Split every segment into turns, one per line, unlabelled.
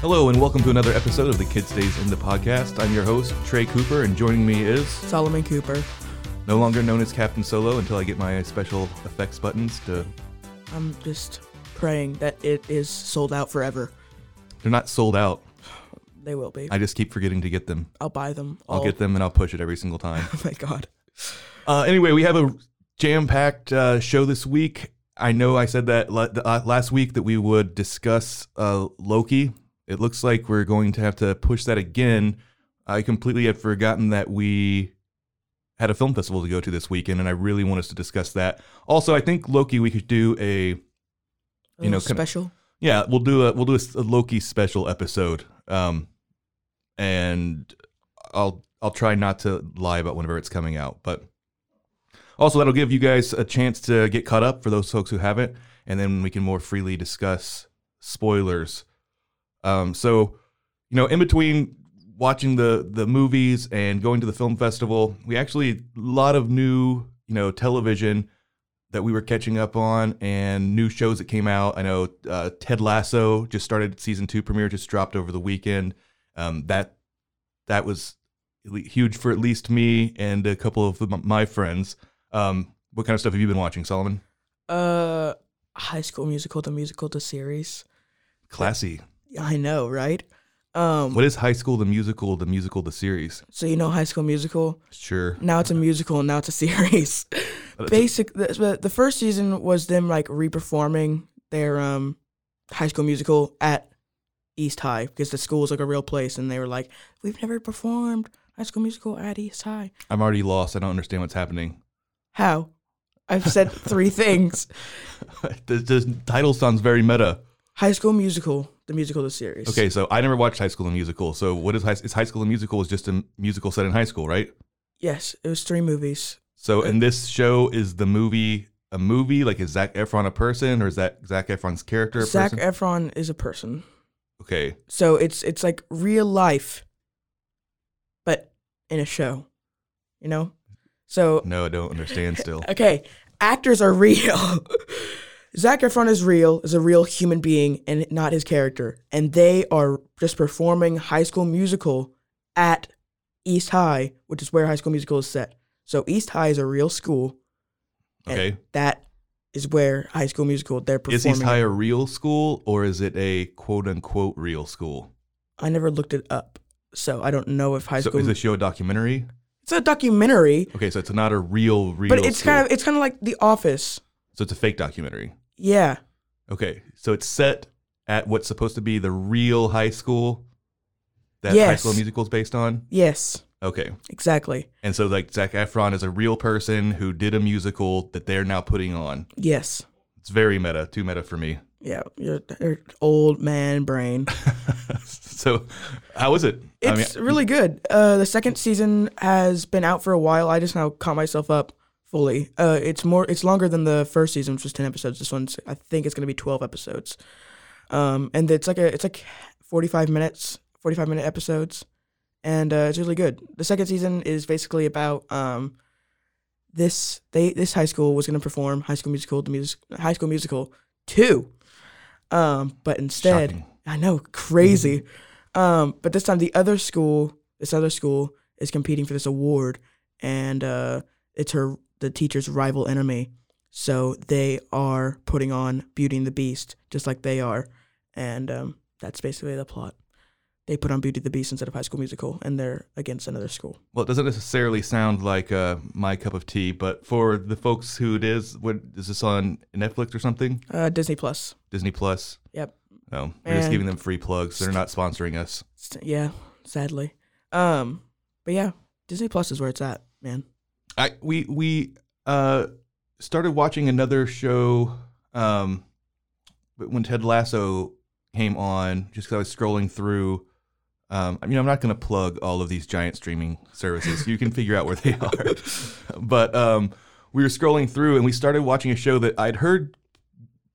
Hello and welcome to another episode of the Kid Stays in the podcast. I'm your host Trey Cooper, and joining me is
Solomon Cooper.
no longer known as Captain Solo until I get my special effects buttons to.
I'm just praying that it is sold out forever.
They're not sold out.
They will be.
I just keep forgetting to get them.
I'll buy them.
I'll
all.
get them and I'll push it every single time.
Oh my god.
Uh, anyway, we have a jam-packed uh, show this week. I know I said that la- uh, last week that we would discuss uh, Loki. It looks like we're going to have to push that again. I completely had forgotten that we had a film festival to go to this weekend, and I really want us to discuss that. Also, I think Loki, we could do a
A
You know,
little
kinda-
special.
yeah, we'll do a we'll do a, s- a Loki special episode. Um, and I'll I'll try not to lie about whenever it's coming out, but also that'll give you guys a chance to get caught up for those folks who haven't, and then we can more freely discuss spoilers. Um, so you know, in between watching the the movies and going to the film festival, we actually a lot of new you know television that we were catching up on and new shows that came out. I know uh, Ted Lasso just started season two premiere, just dropped over the weekend. Um, that that was le- huge for at least me and a couple of m- my friends. Um, what kind of stuff have you been watching, Solomon?
Uh, High School Musical, the musical, the series.
Classy.
I know, right? Um,
What is High School the Musical? The musical, the series.
so you know High School Musical.
Sure.
Now it's a musical. and Now it's a series. Basic. The, the- the first season was them like reperforming their um High School Musical at East High because the school was like a real place, and they were like, we've never performed High School Musical at East High.
I'm already lost. I don't understand what's happening.
How? I've said three things.
the, the title sounds very meta.
High School Musical, the musical, the series.
Okay, so I never watched High School the Musical. So what is High? Is High School the Musical is just a musical set in high school, right?
Yes, it was three movies.
So, and this show is the movie a movie? Like, is Zach Efron a person, or is that Zach Efron's character a
Zach
person?
Efron is a person,
okay,
so it's it's like real life, but in a show, you know. So
no, I don't understand. Still,
okay, actors are real. Zach Efron is real, is a real human being, and not his character. And they are just performing High School Musical at East High, which is where High School Musical is set. So East High is a real school. and
okay,
that is where High School Musical they're performing.
is East High a real school, or is it a quote unquote real school?
I never looked it up, so I don't know if High
so,
School.
is the show a documentary?
it's a documentary,
Okay, so it's not a real, real.
but it's
school.
kind of it's kind of like The Office.
so it's a fake documentary.
Yeah,
Okay, so it's set at what's supposed to be the real high school that High
Yes.
School Musical is based on.
yes,
Okay,
exactly.
and so like Zach Efron is a real person who did a musical that they're now putting on.
Yes,
It's very meta, too meta for me.
yeah, your, your old man brain.
so, how is it?
It's really good. Uh, the second season has been out for a while. I just now caught myself up fully. Uh, it's more. It's longer than the first season, which was ten episodes. This one's, I think, it's gonna be twelve episodes. Um, and it's like a, it's like forty-five minutes, forty-five minute episodes, and uh, it's really good. The second season is basically about um, this they this high school was gonna perform High School Musical, the music, High School Musical two, um, but instead.
Shocking.
I know, crazy. um, but this time the other school, this other school is competing for this award, and uh, it's her the teacher's rival enemy. So they are putting on Beauty and the Beast, just like they are, and um, that's basically the plot. they put on Beauty and the Beast instead of High School Musical, and they're against another school.
Well, it doesn't necessarily sound like uh, my cup of tea, but for the folks who it is, what is this on Netflix or something?
Uh, Disney Plus.
Disney Plus.
Yep.
No, we're just
And-
giving them free plugs. They're not sponsoring us.
S- Yeah, sadly. Um, but yeah, Disney Plus is where it's at, man.
I we we uh started watching another show um but when Ted Lasso came on just 'cause I was scrolling through um I mean I'm not going to plug all of these giant streaming services. You can figure out where they are. but um we were scrolling through and we started watching a show that I'd heard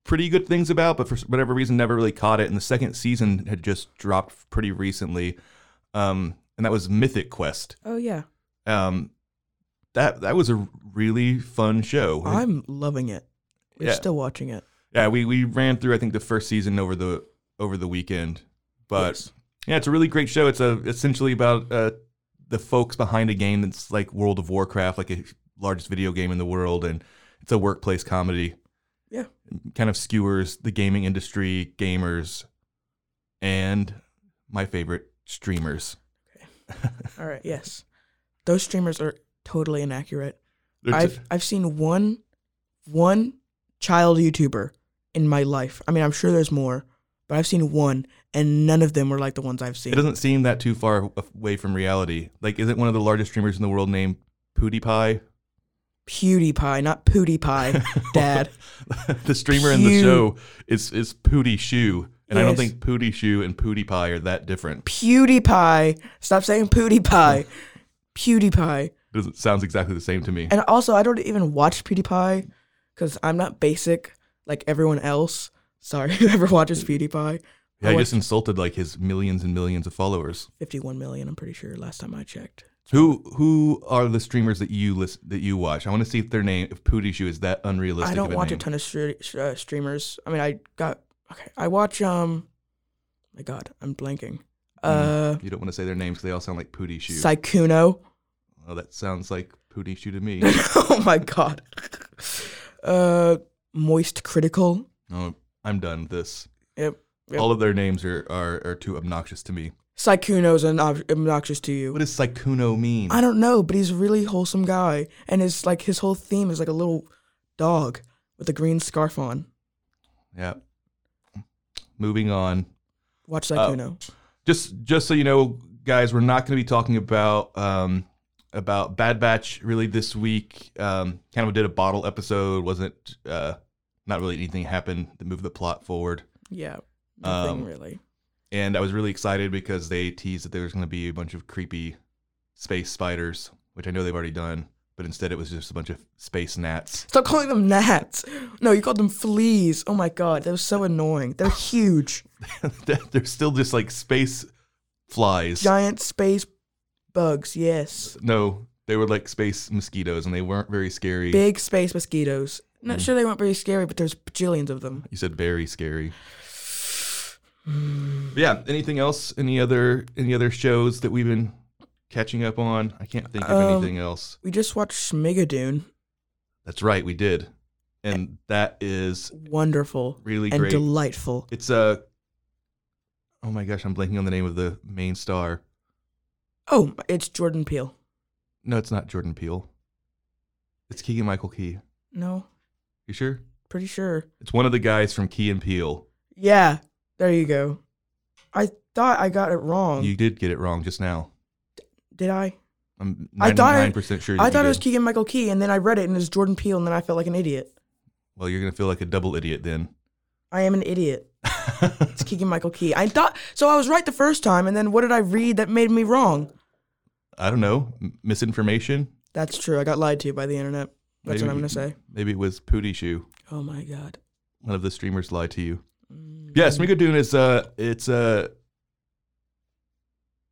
pretty good things about but for whatever reason never really caught it and the second season had just dropped pretty recently. Um and that was Mythic Quest
Oh yeah,
um, that that was a really fun show.
I'm loving it. We're
Yeah.
still watching it.
yeah, we we ran through I think the first season over the over the weekend, but
Yes.
yeah, it's a really great show. It's a essentially about uh, the folks behind a game that's like World of Warcraft, like a largest video game in the world, and it's a workplace comedy.
Yeah.
kind of skewers the gaming industry, gamers, and my favorite streamers.
All right. Yes, those streamers are totally inaccurate.
They're
I've
just-
I've seen one one child YouTuber in my life. I mean, I'm sure there's more, but I've seen one, and none of them were like the ones I've
It
seen.
doesn't seem that too far away from reality. Like, isn't one of the largest streamers in the world named PewDiePie?
PewDiePie, not PewDiePie, Dad.
the streamer in the
Pew-
show is is Pootie Shoe, and I don't
Yes.
think Pootie Shoe and PewDiePie are that different.
PewDiePie. Stop saying PewDiePie. PewDiePie.
Doesn't sounds exactly the same to me.
And also, I don't even watch PewDiePie because I'm not basic like everyone else. Sorry, whoever watches PewDiePie.
Yeah,
I
I
watch
just insulted like his millions and millions of followers.
51 million, I'm pretty sure, last time I checked.
Who who are the streamers that you list that you watch? I want to see if their name if Pootie Shoe is that unrealistic.
I
of
don't
a
watch
name.
a ton of stre- sh- uh, streamers. I mean, I got okay. I watch um, my God, I'm blanking.
Mm.
Uh,
Mm-hmm. You don't want to say their names because they all sound like Pootie Shoe.
Sykuno.
oh, that sounds like Pootie Shoe to me.
oh my God. Uh, Moist Critical.
oh, I'm done with this.
Yep. yep.
All of their names are, are, are too obnoxious to me.
Sykuno's an ob- obnoxious to you.
What does Saikuno mean?
I don't know, but he's a really wholesome guy, and his like his whole theme is like a little dog with a green scarf on.
yeah. Moving on.
Watch
Oh.
Sykuno.
Just just so you know, guys, we're not going to be talking about um about Bad Batch really this week. Um, kind of did a bottle episode. Wasn't uh not really anything happened that moved the plot forward.
yeah, nothing
Um,
really.
And I was really excited because they teased that there was going to be a bunch of creepy space spiders, which I know they've already done, but instead it was just a bunch of space gnats.
Stop calling them gnats. No, you called them fleas. Oh my god, that was so annoying. They're huge,
They're they're still just like space flies.
giant space bugs. Yes,
No, they were like space mosquitoes, and they weren't very scary.
big space mosquitoes. Not sure they weren't very scary, but there's bajillions of them.
You said very scary. But yeah. Anything else? Any other any other shows that we've been catching up on? I can't think of
Um,
anything else.
We just watched Schmigadoon.
That's right, we did, and that is
Wonderful
really
and
great.
delightful.
it's a. Oh my gosh, I'm blanking on the name of the main star.
Oh, it's Jordan Peele.
No, it's not Jordan Peele. It's Keegan Michael Key.
No,
You sure?
pretty sure.
It's one of the guys from Key and Peele.
Yeah, there you go. I thought I got it wrong.
You did get it wrong just now.
did I?
I'm
I thought I-
99 percent sure.
I
you
thought it was
did.
Keegan Michael Key, and then I read it, and it's Jordan Peele, and then I felt like an idiot.
Well, you're gonna feel like a double idiot then.
I am an idiot. It's Keegan Michael Key. I thought so. I was right the first time, and then what did I read that made me wrong?
I don't know. M- misinformation.
That's true. I got lied to by the internet. That's what I'm gonna say.
Maybe it was Pootie Shoe.
Oh my god.
One of the streamers lied to you.
Mm.
Yes, Smigo Dune is uh it's uh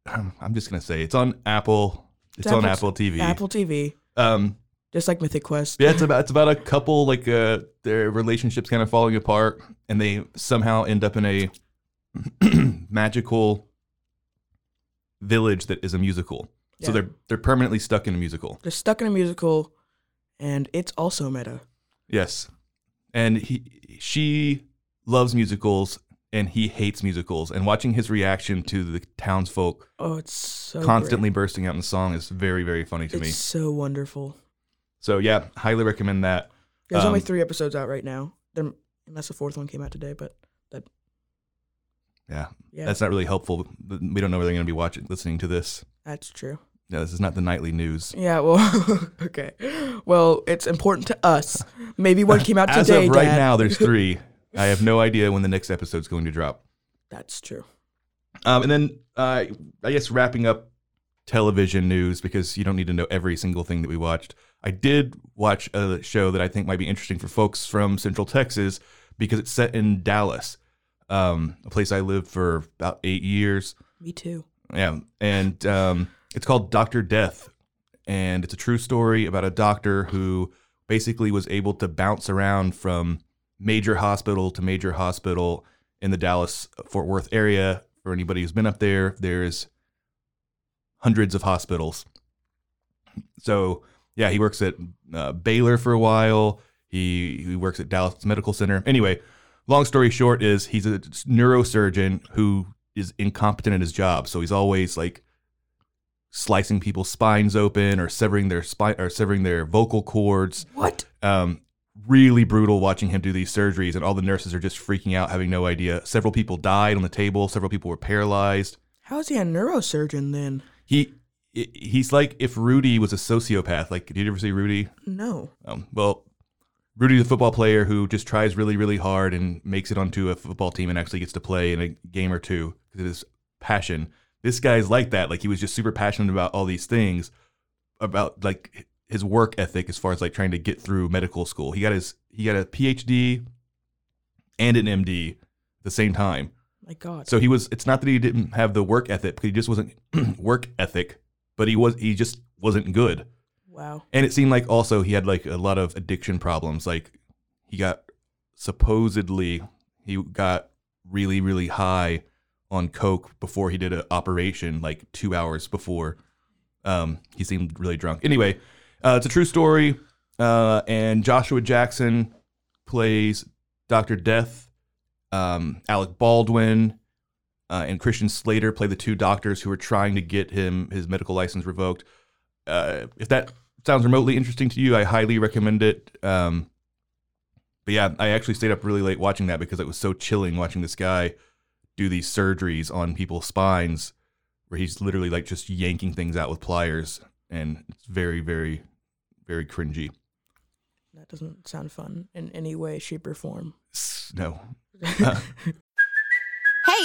I'm just gonna say it's on Apple. It's, on Apple
Apple's-
TV.
Apple TV,
Um
just like Mythic Quest.
yeah, it's about it's about a couple like uh their relationships kind of falling apart and they somehow end up in a magical village that is a musical. So
Yeah.
they're they're permanently stuck in a musical.
They're stuck in a musical, and it's also meta.
Yes. And he she loves musicals. and he hates musicals. And watching his reaction to the townsfolk
Oh, it's so great.
constantly bursting out in song is very, very funny to
It's
me.
so wonderful.
So yeah, highly recommend that.
There's only
Um,
three episodes out right now. There, unless the fourth one came out today, but that.
Yeah,
Yeah, that's,
that's not really helpful. We don't know whether they're going to be watching, listening to this.
true.
No, this is not the nightly news.
Yeah. Well. okay. Well, it's important to us. Maybe one came out
As
today.
of right
Dad.
now, there's three. I have no idea when the next episode's going to drop.
That's true.
Um, and then uh, I guess wrapping up television news because you don't need to know every single thing that we watched. I did watch a show that I think might be interesting for folks from Central Texas because it's set in Dallas, um, a place I lived for about eight years.
Me too.
Yeah, and um, it's called Doctor Death, and it's a true story about a doctor who basically was able to bounce around from major hospital to major hospital in the Dallas Fort Worth area. For anybody who's been up there, there's hundreds of hospitals. So yeah, he works at uh, Baylor for a while. He he works at Dallas Medical Center. Anyway, long story short is he's a neurosurgeon who is incompetent at his job, so he's always like slicing people's spines open or severing their spine or severing their vocal cords.
What?
Um, really brutal watching him do these surgeries, and all the nurses are just freaking out, having no idea. Several people died on the table. Several people were paralyzed.
How is he a neurosurgeon then?
He he- he's like if Rudy was a sociopath. Like, did you ever see Rudy?
No.
Um, well, Rudy's a football player who just tries really, really hard and makes it onto a football team and actually gets to play in a game or two because of his passion. This guy's like that. Like he was just super passionate about all these things, about like his work ethic as far as like trying to get through medical school. He got his he got a PhD and an MD at the same time.
My God.
So he was. It's not that he didn't have the work ethic, he just wasn't work ethic. But he was. He just wasn't good
wow.
and it seemed like also he had like a lot of addiction problems like he got supposedly he got really really high on coke before he did an operation like two hours before um, he seemed really drunk anyway uh, it's a true story uh, and joshua jackson plays dr death um, alec baldwin uh, and christian slater play the two doctors who are trying to get him his medical license revoked uh, if that sounds remotely interesting to you, I highly recommend it. Um, but yeah, I actually stayed up really late watching that because it was so chilling watching this guy do these surgeries on people's spines where he's literally like just yanking things out with pliers. And it's very, very, very cringy.
That doesn't sound fun in any way, shape, or form.
S- No.
Hey,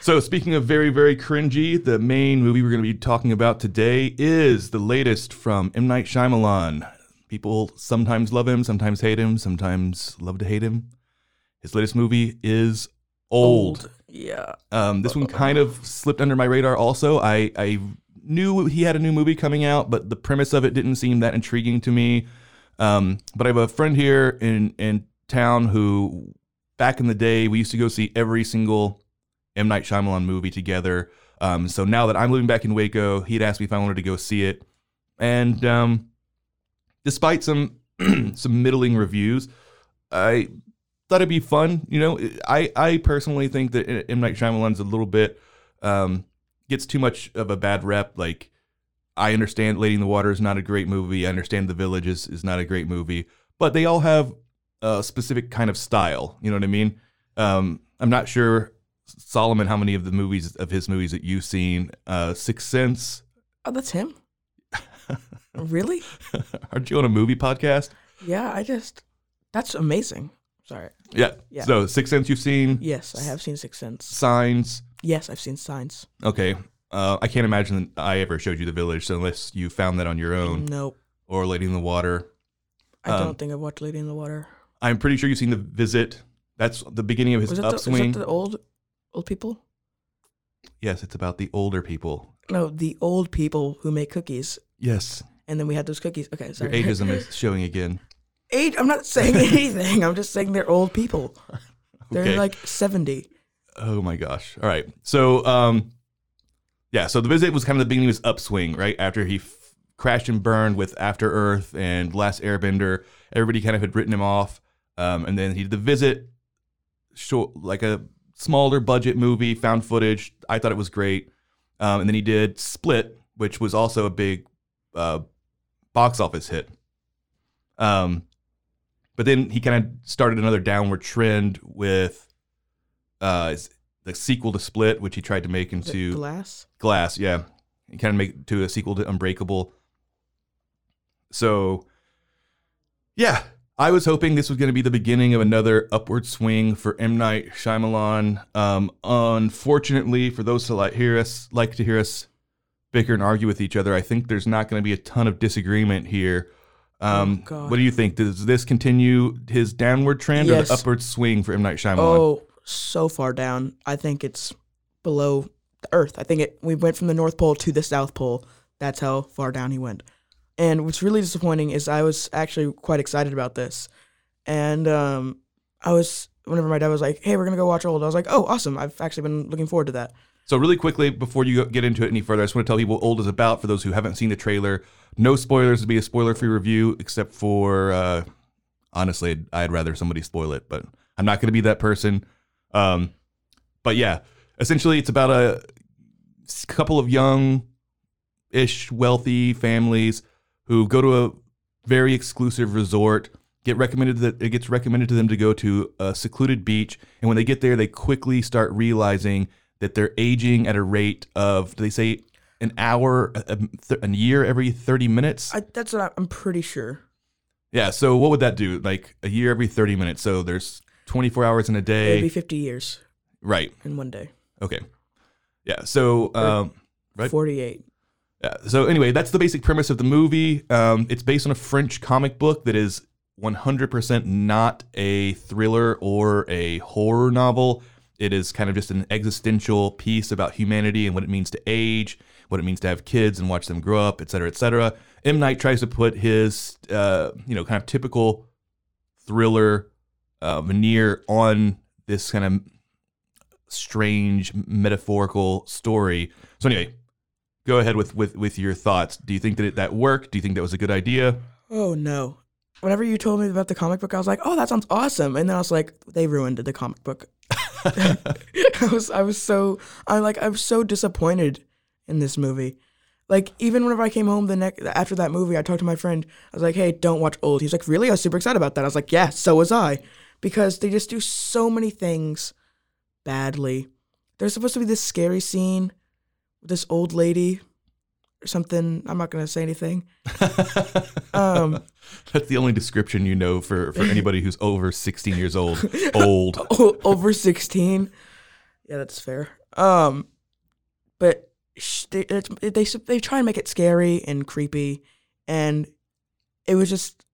So, speaking of very, very cringy, the main movie we're going to be talking about today is the latest from M. Night Shyamalan. People sometimes love him, sometimes hate him, sometimes love to hate him. His latest movie is Old.
Yeah.
Um, this one kind of slipped under my radar also. I, I knew he had a new movie coming out, but the premise of it didn't seem that intriguing to me. Um, but I have a friend here in, in town who, back in the day, we used to go see every single M. Night Shyamalan movie together. Um, so now that I'm living back in Waco, he'd asked me if I wanted to go see it. And um, despite some some middling reviews, I thought it'd be fun. You know, I I personally think that M Night Shyamalan's a little bit um, gets too much of a bad rep. Like I understand Lady in the Water is not a great movie. I understand The Village is is not a great movie, but they all have a specific kind of style. You know what I mean? Um, I'm not sure Solomon how many of the movies of his movies that you've seen. Uh, Sixth Sense.
Oh, that's him. really?
Aren't you on a movie podcast?
Yeah. I just. That's amazing. Sorry.
Yeah.
Yeah.
So Sixth Sense you've seen.
Yes, I have seen Sixth Sense.
Signs.
Yes, I've seen Signs.
Okay. Uh, I can't imagine that I ever showed you the village so unless you found that on your own
Nope.
or Lady in the Water.
I
Um,
don't think I've watched Lady in the Water.
I'm pretty sure you've seen the visit. That's the beginning of his
Was it, the, was
upswing.
it the old old people?
Yes, it's about the older people.
No, the old people who make cookies.
Yes,
And then we had those cookies. Okay,
your
sorry.
ageism is showing again.
Age- I'm not saying anything. I'm just saying they're old people. They're
Okay.
like 70.
Oh my gosh. All right. So, um, yeah. So the visit was kind of the beginning of his upswing, right? After he f- crashed and burned with After Earth and Last Airbender, everybody kind of had written him off. Um, and then he did the visit, short, like a smaller budget movie, found footage. I thought it was great. Um, and then he did Split, which was also a big uh, box office hit. Um, but then he kind of started another downward trend with uh, it's the sequel to Split, which he tried to make
Is it
into
glass?
Glass, yeah, and kind of make to a sequel to Unbreakable. So, yeah, I was hoping this was going to be the beginning of another upward swing for M Night Shyamalan. Um, unfortunately, for those who like hear us, like to hear us bicker and argue with each other, I think there's not going to be a ton of disagreement here. Um,
Oh, God.
what do you think? Does this continue his downward trend or
Yes.
the upward swing for M Night Shyamalan?
Oh, so far down. I think it's below the Earth. I think it. We went from the North Pole to the South Pole. That's how far down he went. And what's really disappointing is I was actually quite excited about this, and um, I was whenever my dad was like, "Hey, we're gonna go watch Old," I was like, "Oh, awesome! I've actually been looking forward to that."
So, really quickly, before you get into it any further, I just want to tell people what Old is about for those who haven't seen the trailer. No spoilers to be a spoiler free review, except for uh, honestly, I'd- I'd rather somebody spoil it, but I'm not going to be that person. Um, but yeah, essentially, it's about a s- couple of young ish wealthy families who go to a very exclusive resort get recommended that it gets recommended to them to go to a secluded beach and when they get there they quickly start realizing that they're aging at a rate of do they say an hour a, a- th- a year every 30 minutes
I, that's what I, I'm pretty sure.
yeah so what would that do like a year every 30 minutes so there's 24 hours in a day
It'd be 50 years
right
in one day.
okay yeah so um, Right.
48.
Yeah, so anyway, that's the basic premise of the movie. Um, it's based on a French comic book that is 100% not a thriller or a horror novel. It is kind of just an existential piece about humanity and what it means to age, what it means to have kids and watch them grow up, et cetera, et cetera. M. Night tries to put his, uh, you know, kind of typical thriller uh, veneer on this kind of strange metaphorical story. So anyway, go ahead with with with your thoughts. Do you think that it, that worked? Do you think that was a good idea?
Oh no. Whenever you told me about the comic book, I was like, "Oh, that sounds awesome!" And then I was like, "They ruined the comic book." I was, I was so, I like, I was so disappointed in this movie. Like, even whenever I came home the next after that movie, I talked to my friend. I was like, "Hey, don't watch Old." He's like, "Really?" I was super excited about that. I was like, "Yeah, so was I," because they just do so many things badly. There's supposed to be this scary scene with this old lady or something. I'm not gonna say anything. Um.
That's the only description you know for for anybody who's over 16 years old. Old.
o- over 16 yeah that's fair um but sh- they, it's, it, they s- they try and make it scary and creepy and it was just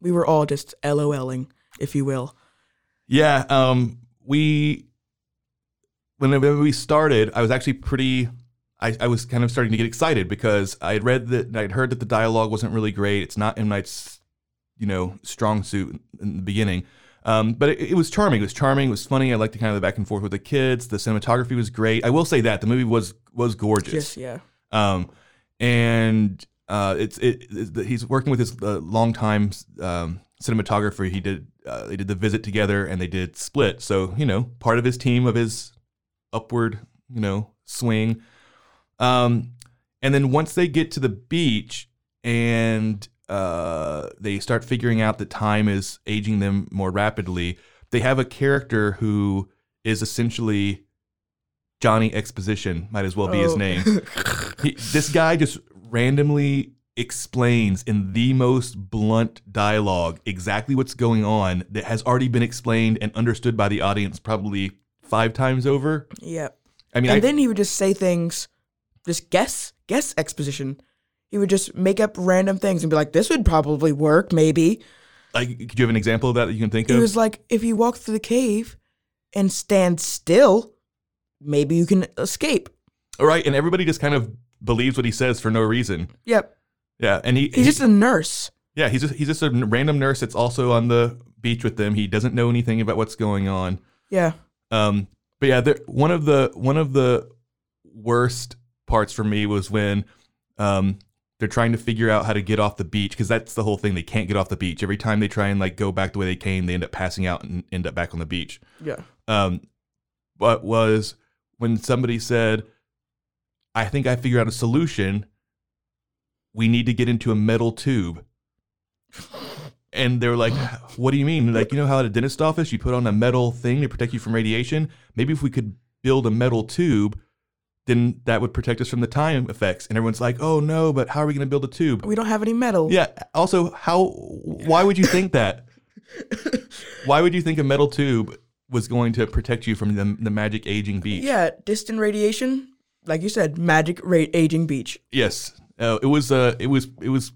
we were all just loling if you will
Yeah, um we when we started, I was actually pretty I, I was kind of starting to get excited because I had read that and I'd heard that the dialogue wasn't really great. It's not M Night's, you know, strong suit in the beginning. Um, but it, it was charming. It was charming. It was funny. I liked the kind of the back and forth with the kids. The cinematography was great. I will say that the movie was was gorgeous.
just yeah
um, and uh, it's it, it's- he's working with his uh, longtime um, cinematographer. He did uh, they did the visit together, and they did split. So you know, part of his team of his upward you know swing. Um, and then once they get to the beach and uh, they start figuring out that time is aging them more rapidly, they have a character who is essentially Johnny Exposition. Might as well be his
Oh.
name he, this guy just randomly explains in the most blunt dialogue exactly what's going on that has already been explained and understood by the audience probably five times over.
yeah
I mean,
and
I,
then he would just say things just guess guess exposition he would just make up random things and be like this would probably work maybe
like, could you have an example of that that you can think
He
of?
was like, if you walk through the cave and stand still, maybe you can escape.
All right, and everybody just kind of believes what he says for no reason.
Yep.
Yeah, and he,
He's just a nurse.
yeah he's just he's just a random nurse that's also on the beach with them. He doesn't know anything about what's going on.
Yeah.
Um, but yeah, there, one of the one of the worst parts for me was when um, they're trying to figure out how to get off the beach because that's the whole thing. They can't get off the beach. Every time they try and like go back the way they came, they end up passing out and end up back on the beach.
Yeah.
Um, but was when somebody said, "I think I figured out a solution. We need to get into a metal tube." And they were like, "What do you mean? Like, you know how at a dentist office you put on a metal thing to protect you from radiation? Maybe if we could build a metal tube, then that would protect us from the time effects." And everyone's like, "Oh no, but how are we going to build a tube?"
We don't have any metal.
Yeah. Also, how? Why would you think that? Why would you think a metal tube was going to protect you from the, the magic aging beach?
Yeah. Distant radiation. Like you said, magic rate aging beach.
Yes, uh, it was. Uh, it was. It was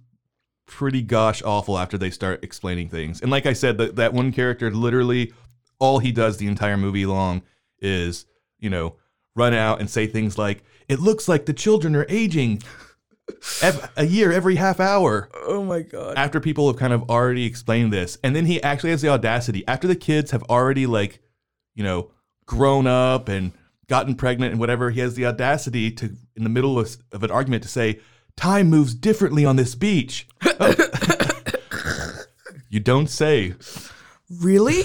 pretty gosh awful after they start explaining things. And like I said, that that one character literally all he does the entire movie long is you know run out and say things like, "It looks like the children are aging." ev- A year every half hour
Oh my god.
after people have kind of already explained this and then he actually has the audacity after the kids have already like you know grown up and gotten pregnant and whatever he has the audacity to in the middle of, of an argument to say time moves differently on this beach Oh. you don't say
Really?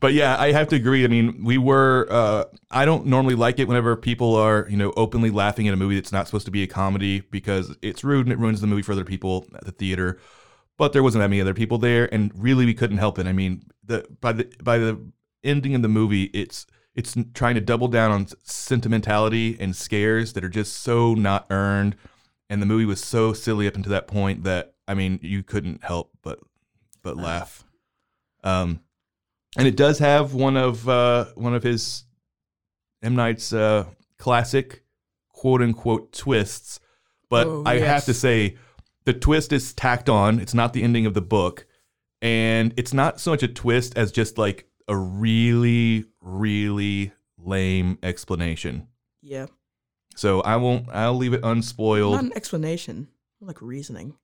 but yeah, I have to agree. I mean, we were. Uh, I don't normally like it whenever people are, you know, openly laughing at a movie that's not supposed to be a comedy because it's rude and it ruins the movie for other people at the theater. But there wasn't that many other people there, and really, we couldn't help it. I mean, the by the by the ending of the movie, it's it's trying to double down on sentimentality and scares that are just so not earned. And the movie was so silly up until that point that I mean, you couldn't help but but
Ah.
laugh. Um, and it does have one of uh, one of his M Night's uh, classic quote unquote twists, but
Oh,
I have
yes.
to say the twist is tacked on. It's not the ending of the book, and it's not so much a twist as just like a really really lame explanation.
yeah.
So I won't. I'll leave it unspoiled.
Not an explanation. More like reasoning.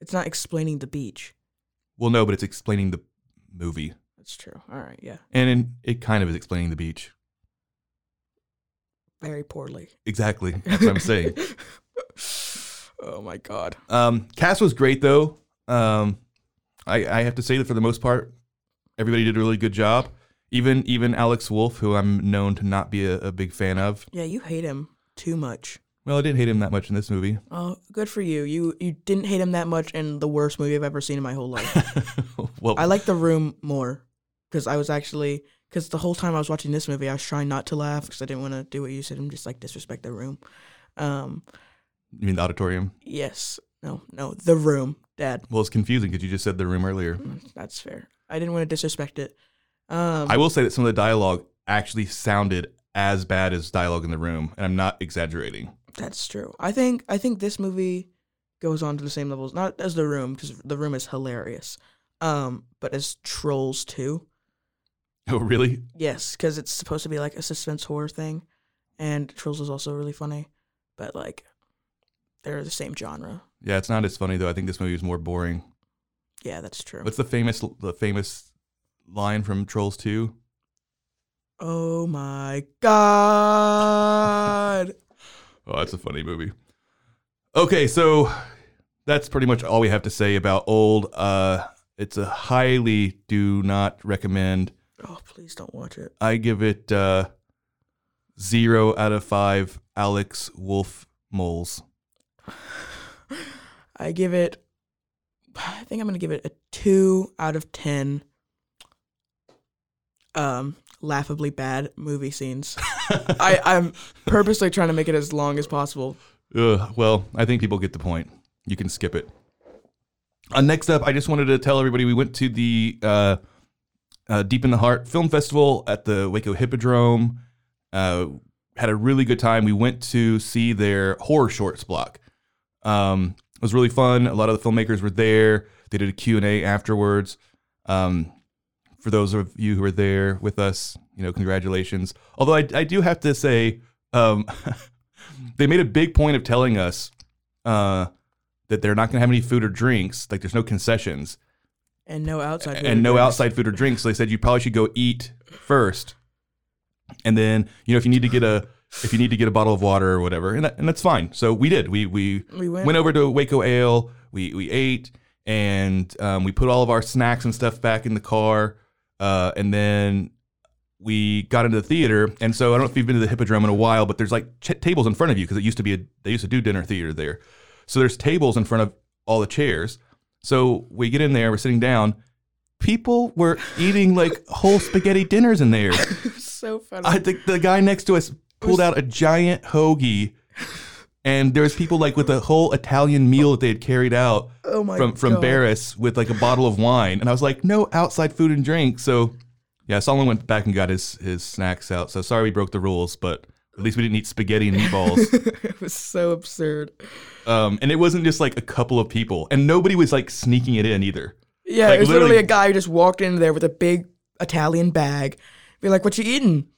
It's not explaining the beach.
well, no, but it's explaining the movie,
That's true. All right. Yeah.
and in, it kind of is explaining the beach.
Very poorly.
Exactly. That's what I'm saying.
Oh my god.
Um, cast was great though. Um, I, I have to say that for the most part, everybody did a really good job. Even even Alex Wolf, who I'm known to not be a, a big fan of.
Yeah, you hate him too much.
Well, I didn't hate him that much in this movie.
Oh, good for you. You you didn't hate him that much in the worst movie I've ever seen in my whole life.
well,
I like The Room more because I was actually because the whole time I was watching this movie, I was trying not to laugh because I didn't want to do what you said and just like disrespect The Room. Um,
you mean the auditorium?
yes, no, no, The Room, Dad.
Well, it's confusing because you just said the room earlier.
That's fair. I didn't want to disrespect it. Um,
I will say that some of the dialogue actually sounded as bad as dialogue in the room, and I'm not exaggerating.
That's true. I think I think this movie goes on to the same levels, not as The Room, because The Room is hilarious, um, but as Trolls too.
Oh, really?
Yes, because it's supposed to be like a suspense horror thing, and Trolls is also really funny, but like they're the same genre.
Yeah, it's not as funny though. I think this movie was more boring.
Yeah, that's true.
What's the famous the famous line from Trolls Two?
oh my god!
Oh, that's a funny movie. Okay, so that's pretty much all we have to say about old. Uh, it's a highly do not recommend.
oh, please don't watch it.
I give it uh, zero out of five. Alex Wolf moles.
I give it. I think I'm gonna give it a two out of ten. Um, laughably bad movie scenes. I, I'm purposely trying to make it as long as possible.
Ugh, well, I think people get the point. You can skip it. Uh, next up, I just wanted to tell everybody we went to the uh, uh, Deep in the Heart Film Festival at the Waco Hippodrome. Uh, had a really good time. We went to see their horror shorts block. Um, it was really fun. A lot of the filmmakers were there. They did a Q and A afterwards. Um, for those of you who are there with us, you know, congratulations. Although I, I do have to say, um, they made a big point of telling us uh, that they're not going to have any food or drinks. Like, there's no concessions
and no outside. food
and
or
no
drinks.
outside food or drinks. So they said you probably should go eat first, and then you know if you need to get a if you need to get a bottle of water or whatever, and that, and that's fine. So we did. We we,
We went.
over to Waco Ale. We we ate and um, we put all of our snacks and stuff back in the car, uh, and then we got into the theater. And so I don't know if you've been to the Hippodrome in a while, but there's like ch- tables in front of you because it used to be a they used to do dinner theater there. So there's tables in front of all the chairs. So we get in there, we're sitting down. People were eating like whole spaghetti dinners in there.
So funny.
I think the guy next to us pulled out a giant hoagie, and there was people like with a whole Italian meal that they had carried out
oh my
from from
God.
Barris with like a bottle of wine, and I was like, no outside food and drink. So yeah, Solomon went back and got his his snacks out. So sorry we broke the rules, but at least we didn't eat spaghetti and meatballs.
it was so absurd.
um, and it wasn't just like a couple of people, and nobody was like sneaking it in either.
Yeah,
Like,
it was literally,
literally-
a guy who just walked in there with a big Italian bag. Be like, "What you eating?"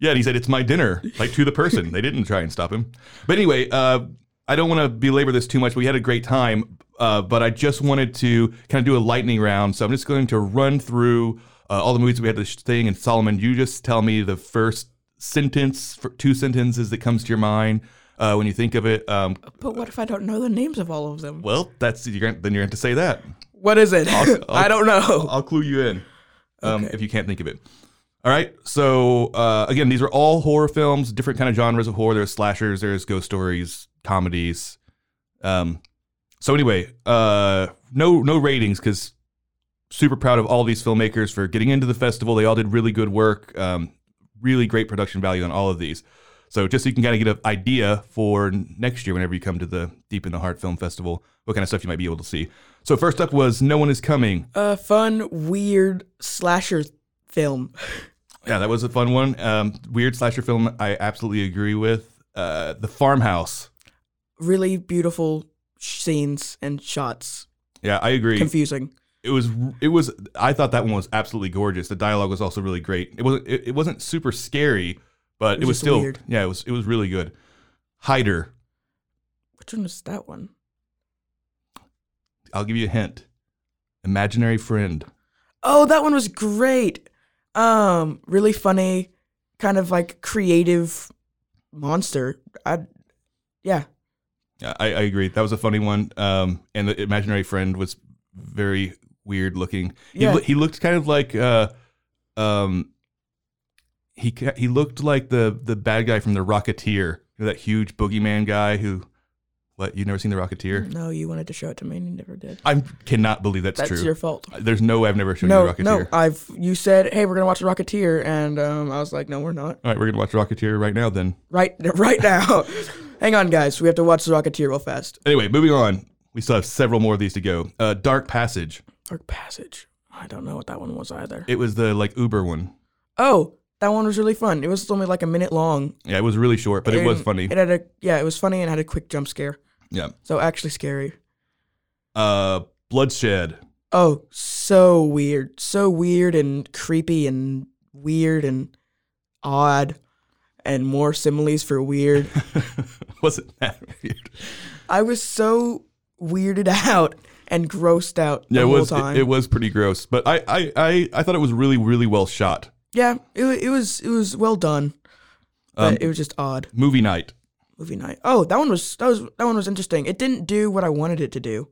Yeah, and he said it's my dinner, like to the person. they didn't try and stop him. But anyway, uh, I don't want to belabor this too much. We had a great time, uh, but I just wanted to kind of do a lightning round. So I'm just going to run through uh, all the movies we had this thing. And Solomon, you just tell me the first sentence, for two sentences that comes to your mind uh, when you think of it. Um,
But what if I don't know the names of all of them?
well, that's you're gonna, then you're going to have to say that.
What is it? I don't know.
I'll clue you in um, if you can't think of it. All right. So uh, again, these are all horror films, different kind of genres of horror. There's slashers, there's ghost stories, comedies. Um, so anyway, uh, no no ratings because super proud of all these filmmakers for getting into the festival. They all did really good work. Um, really great production value on all of these. So just so you can kind of get an idea for next year, whenever you come to the Deep in the Heart Film Festival, what kind of stuff you might be able to see. So first up was No One Is Coming.
A fun, weird slasher film.
Yeah, that was a fun one. Um, weird slasher film. I absolutely agree with uh, the farmhouse.
Really beautiful sh- scenes and shots.
Yeah, I agree.
Confusing.
it was. It was. I thought that one was absolutely gorgeous. The dialogue was also really great. It wasn't. It, it wasn't super scary, but it was,
was just
still.
weird.
Yeah, it was. It was really good. Hider.
Which one was that one?
I'll give you a hint. Imaginary friend.
Oh, that one was great. Um, really funny, kind of like creative monster. I, yeah,
Yeah, I, I agree. That was a funny one. Um, and the imaginary friend was very weird looking. He,
Yeah.
loo- he looked kind of like uh, um, he ca- he looked like the the bad guy from the Rocketeer, you know, that huge boogeyman guy who. What you have never seen the Rocketeer?
no, you wanted to show it to me and you never did.
I cannot believe that's,
Mm-hmm. That's
true. Uh,
your fault.
There's no way I've never shown you
No,
Rocketeer.
no, I've you said, hey, we're gonna watch The Rocketeer, and um, I was like, no, we're not.
All right, we're gonna watch Rocketeer right now. Then
Right, right now. Hang on, guys, we have to watch The Rocketeer real fast.
anyway, moving on. We still have several more of these to go. Uh, Dark Passage.
Dark Passage. I don't know what that one was either.
It was the like Uber one.
oh, that one was really fun. It was only like a minute long,
Yeah, it was really short, but it was
and
funny.
It had a yeah, it was funny and had a quick jump scare.
yeah.
So actually scary.
uh bloodshed
Oh, so weird. So weird and creepy and weird and odd and more similes for weird.
wasn't that weird
I was so weirded out and grossed out the
yeah it
whole
was
time.
it, it was pretty gross but I, I i i thought it was really really well shot
yeah, it, wa- it was it was well done. But
Um,
it was just odd.
movie night
Movie night. Oh, that one was that was that one was interesting. It didn't do what I wanted it to do,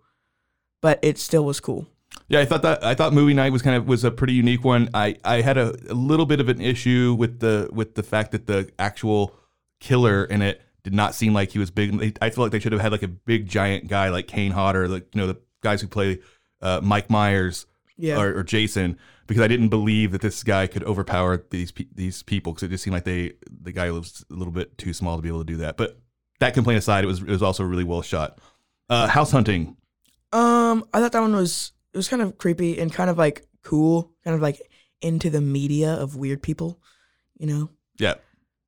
but it still was cool.
yeah i thought that i thought movie night was kind of was a pretty unique one i i had a, a little bit of an issue with the with the fact that the actual killer in it did not seem like he was big They- i feel like they should have had like a big giant guy like kane hodder like you know the guys who play uh, mike myers
Yeah.
or, or Jason because I didn't believe that this guy could overpower these pe- these people because it just seemed like they the guy was a little bit too small to be able to do that. But that complaint aside, it was it was also really well shot. Uh, house hunting,
Um, I thought that one was it was kind of creepy and kind of like cool, kind of like into the media of weird people, you know,
yeah,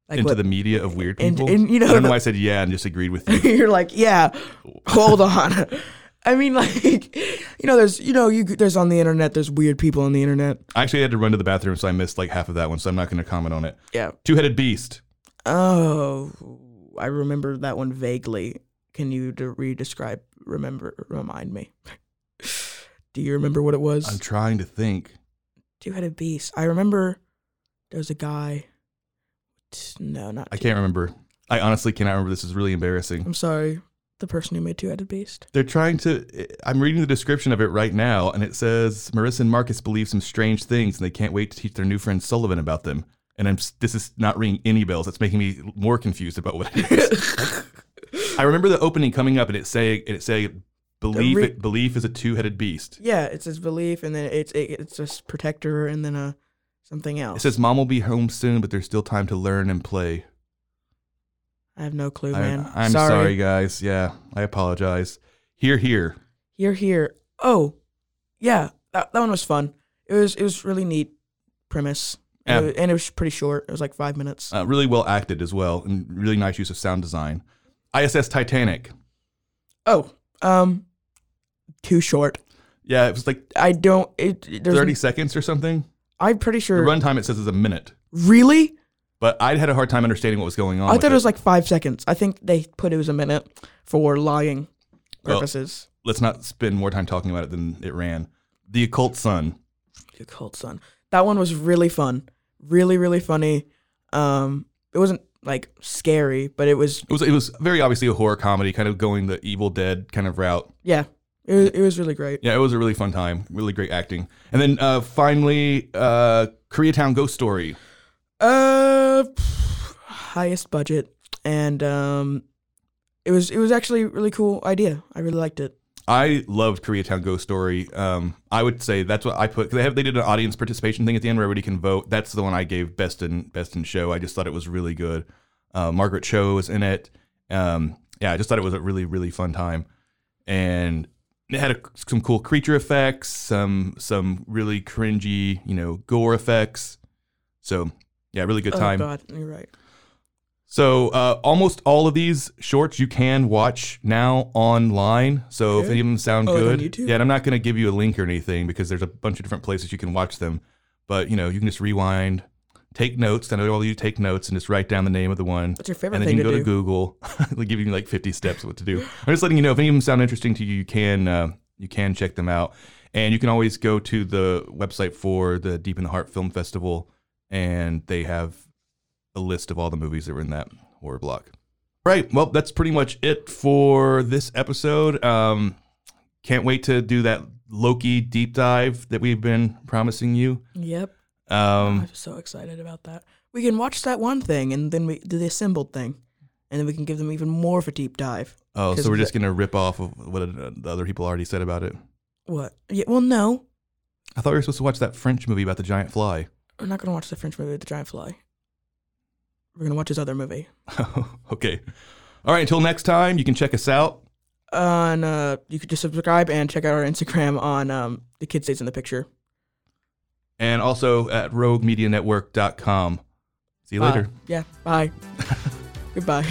like
into
what-
the media of weird
and-
people.
and, you know,
I don't know
the-
why I said yeah and just agreed with you.
You're like, yeah, hold on. I mean, like, you know, there's, you know, you there's on the internet, there's weird people on the internet.
I actually had to run to the bathroom, so I missed like half of that one, so I'm not going to comment on it.
Yeah.
Two headed beast.
Oh, I remember that one vaguely. Can you de- re-describe? Remember? Remind me. Do you remember what it was?
I'm trying to think.
Two-headed beast. I remember there was a guy. T- No, not.
I
two-
can't remember. I honestly cannot remember. This is really embarrassing.
I'm sorry. The person who made Two-headed beast.
They're trying to. eh, I'm reading the description of it right now, and it says Marissa and Marcus believe some strange things, and they can't wait to teach their new friend Sullivan about them. And I'm. s- This is not ringing any bells. It's making me more confused about what it is. I remember the opening coming up, and it saying and it saying belief.
re-
belief is a two-headed beast.
Yeah, it's his belief, and then it's it, it's just protector, and then uh something else.
It says mom will be home soon, but there's still time to learn and play.
I have no clue,
I,
man.
am sorry. guys. Yeah, I apologize. Here, here.
You're here. Oh, yeah. That, that one was fun. It was it was really neat premise.
Yeah.
It wa- and it was pretty short. It was like five minutes.
Uh, really well acted as well, and really nice use of sound design. ISS Titanic.
oh, um, too short.
Yeah, it was like
I don't. It it- there's.
30 seconds or something.
I'm pretty
The
sure.
runtime it says is a minute,
Really?
but I had a hard time understanding what was going on.
I
with
thought it was like five seconds. I think they put it was a minute for lying
Well-
purposes.
Let's not spend more time talking about it than it ran. The Occult Sun.
Your cold son. That one was really fun. Really, really funny. Um, it wasn't like scary, but it was.
It was it was very obviously a horror comedy, kind of going the Evil Dead kind of route.
Yeah, it was, it was really great.
Yeah, it was a really fun time. Really great acting. And then uh, finally, uh, Koreatown Ghost Story.
Uh, highest budget, and um, it was it was actually a really cool idea. I really liked it.
I loved Koreatown Ghost Story. Um, I would say that's what I put. 'cause They have they did an audience participation thing at the end where everybody can vote. That's the one I gave best in best in show. I just thought it was really good. Uh, Margaret Cho was in it. Um, yeah, I just thought it was a really really fun time, and it had a, some cool creature effects, some some really cringy you know gore effects. So yeah, really good time.
Oh God, you're right.
So uh, almost all of these shorts you can watch now online. So if
Good.
any of them sound
Oh, like on
good,
YouTube?
yeah. And I'm not going to give you a link or anything because there's a bunch of different places you can watch them. But you know, you can just rewind, take notes. I know all of you take notes and just write down the name of the one.
That's your favorite
and then
thing
you
to
can go
do.
to Google. They'll give you like 50 steps what to do. I'm just letting you know if any of them sound interesting to you, you can uh, you can check them out, and you can always go to the website for the Deep in the Heart Film Festival, and they have a list of all the movies that were in that horror block. Right. Well, that's pretty much it for this episode. Um, can't wait to do that Loki deep dive that we've been promising you.
Yep,
Um,
I'm so excited about that. We can watch that one thing, and then we do the assembled thing, and then we can give them even more of a deep dive.
oh,
'Cause
so we're just
the-
gonna rip off of what uh, the other people already said about it.
What? Yeah. Well, no,
I thought we were supposed to watch that French movie about the giant fly.
we're not gonna watch the French movie, The Giant Fly. We're gonna watch his other movie
okay. All right. Until next time, you can check us out.
on. Uh, you could just subscribe and check out our Instagram on um, the kid stays in the picture.
And also at roguemedianetwork.com. See you later.
Bye. Yeah, bye. Goodbye.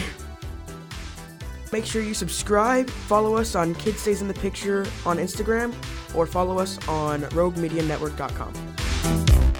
Make sure you subscribe, follow us on Kid Stays in the Picture on Instagram, or follow us on roguemedianetwork.com.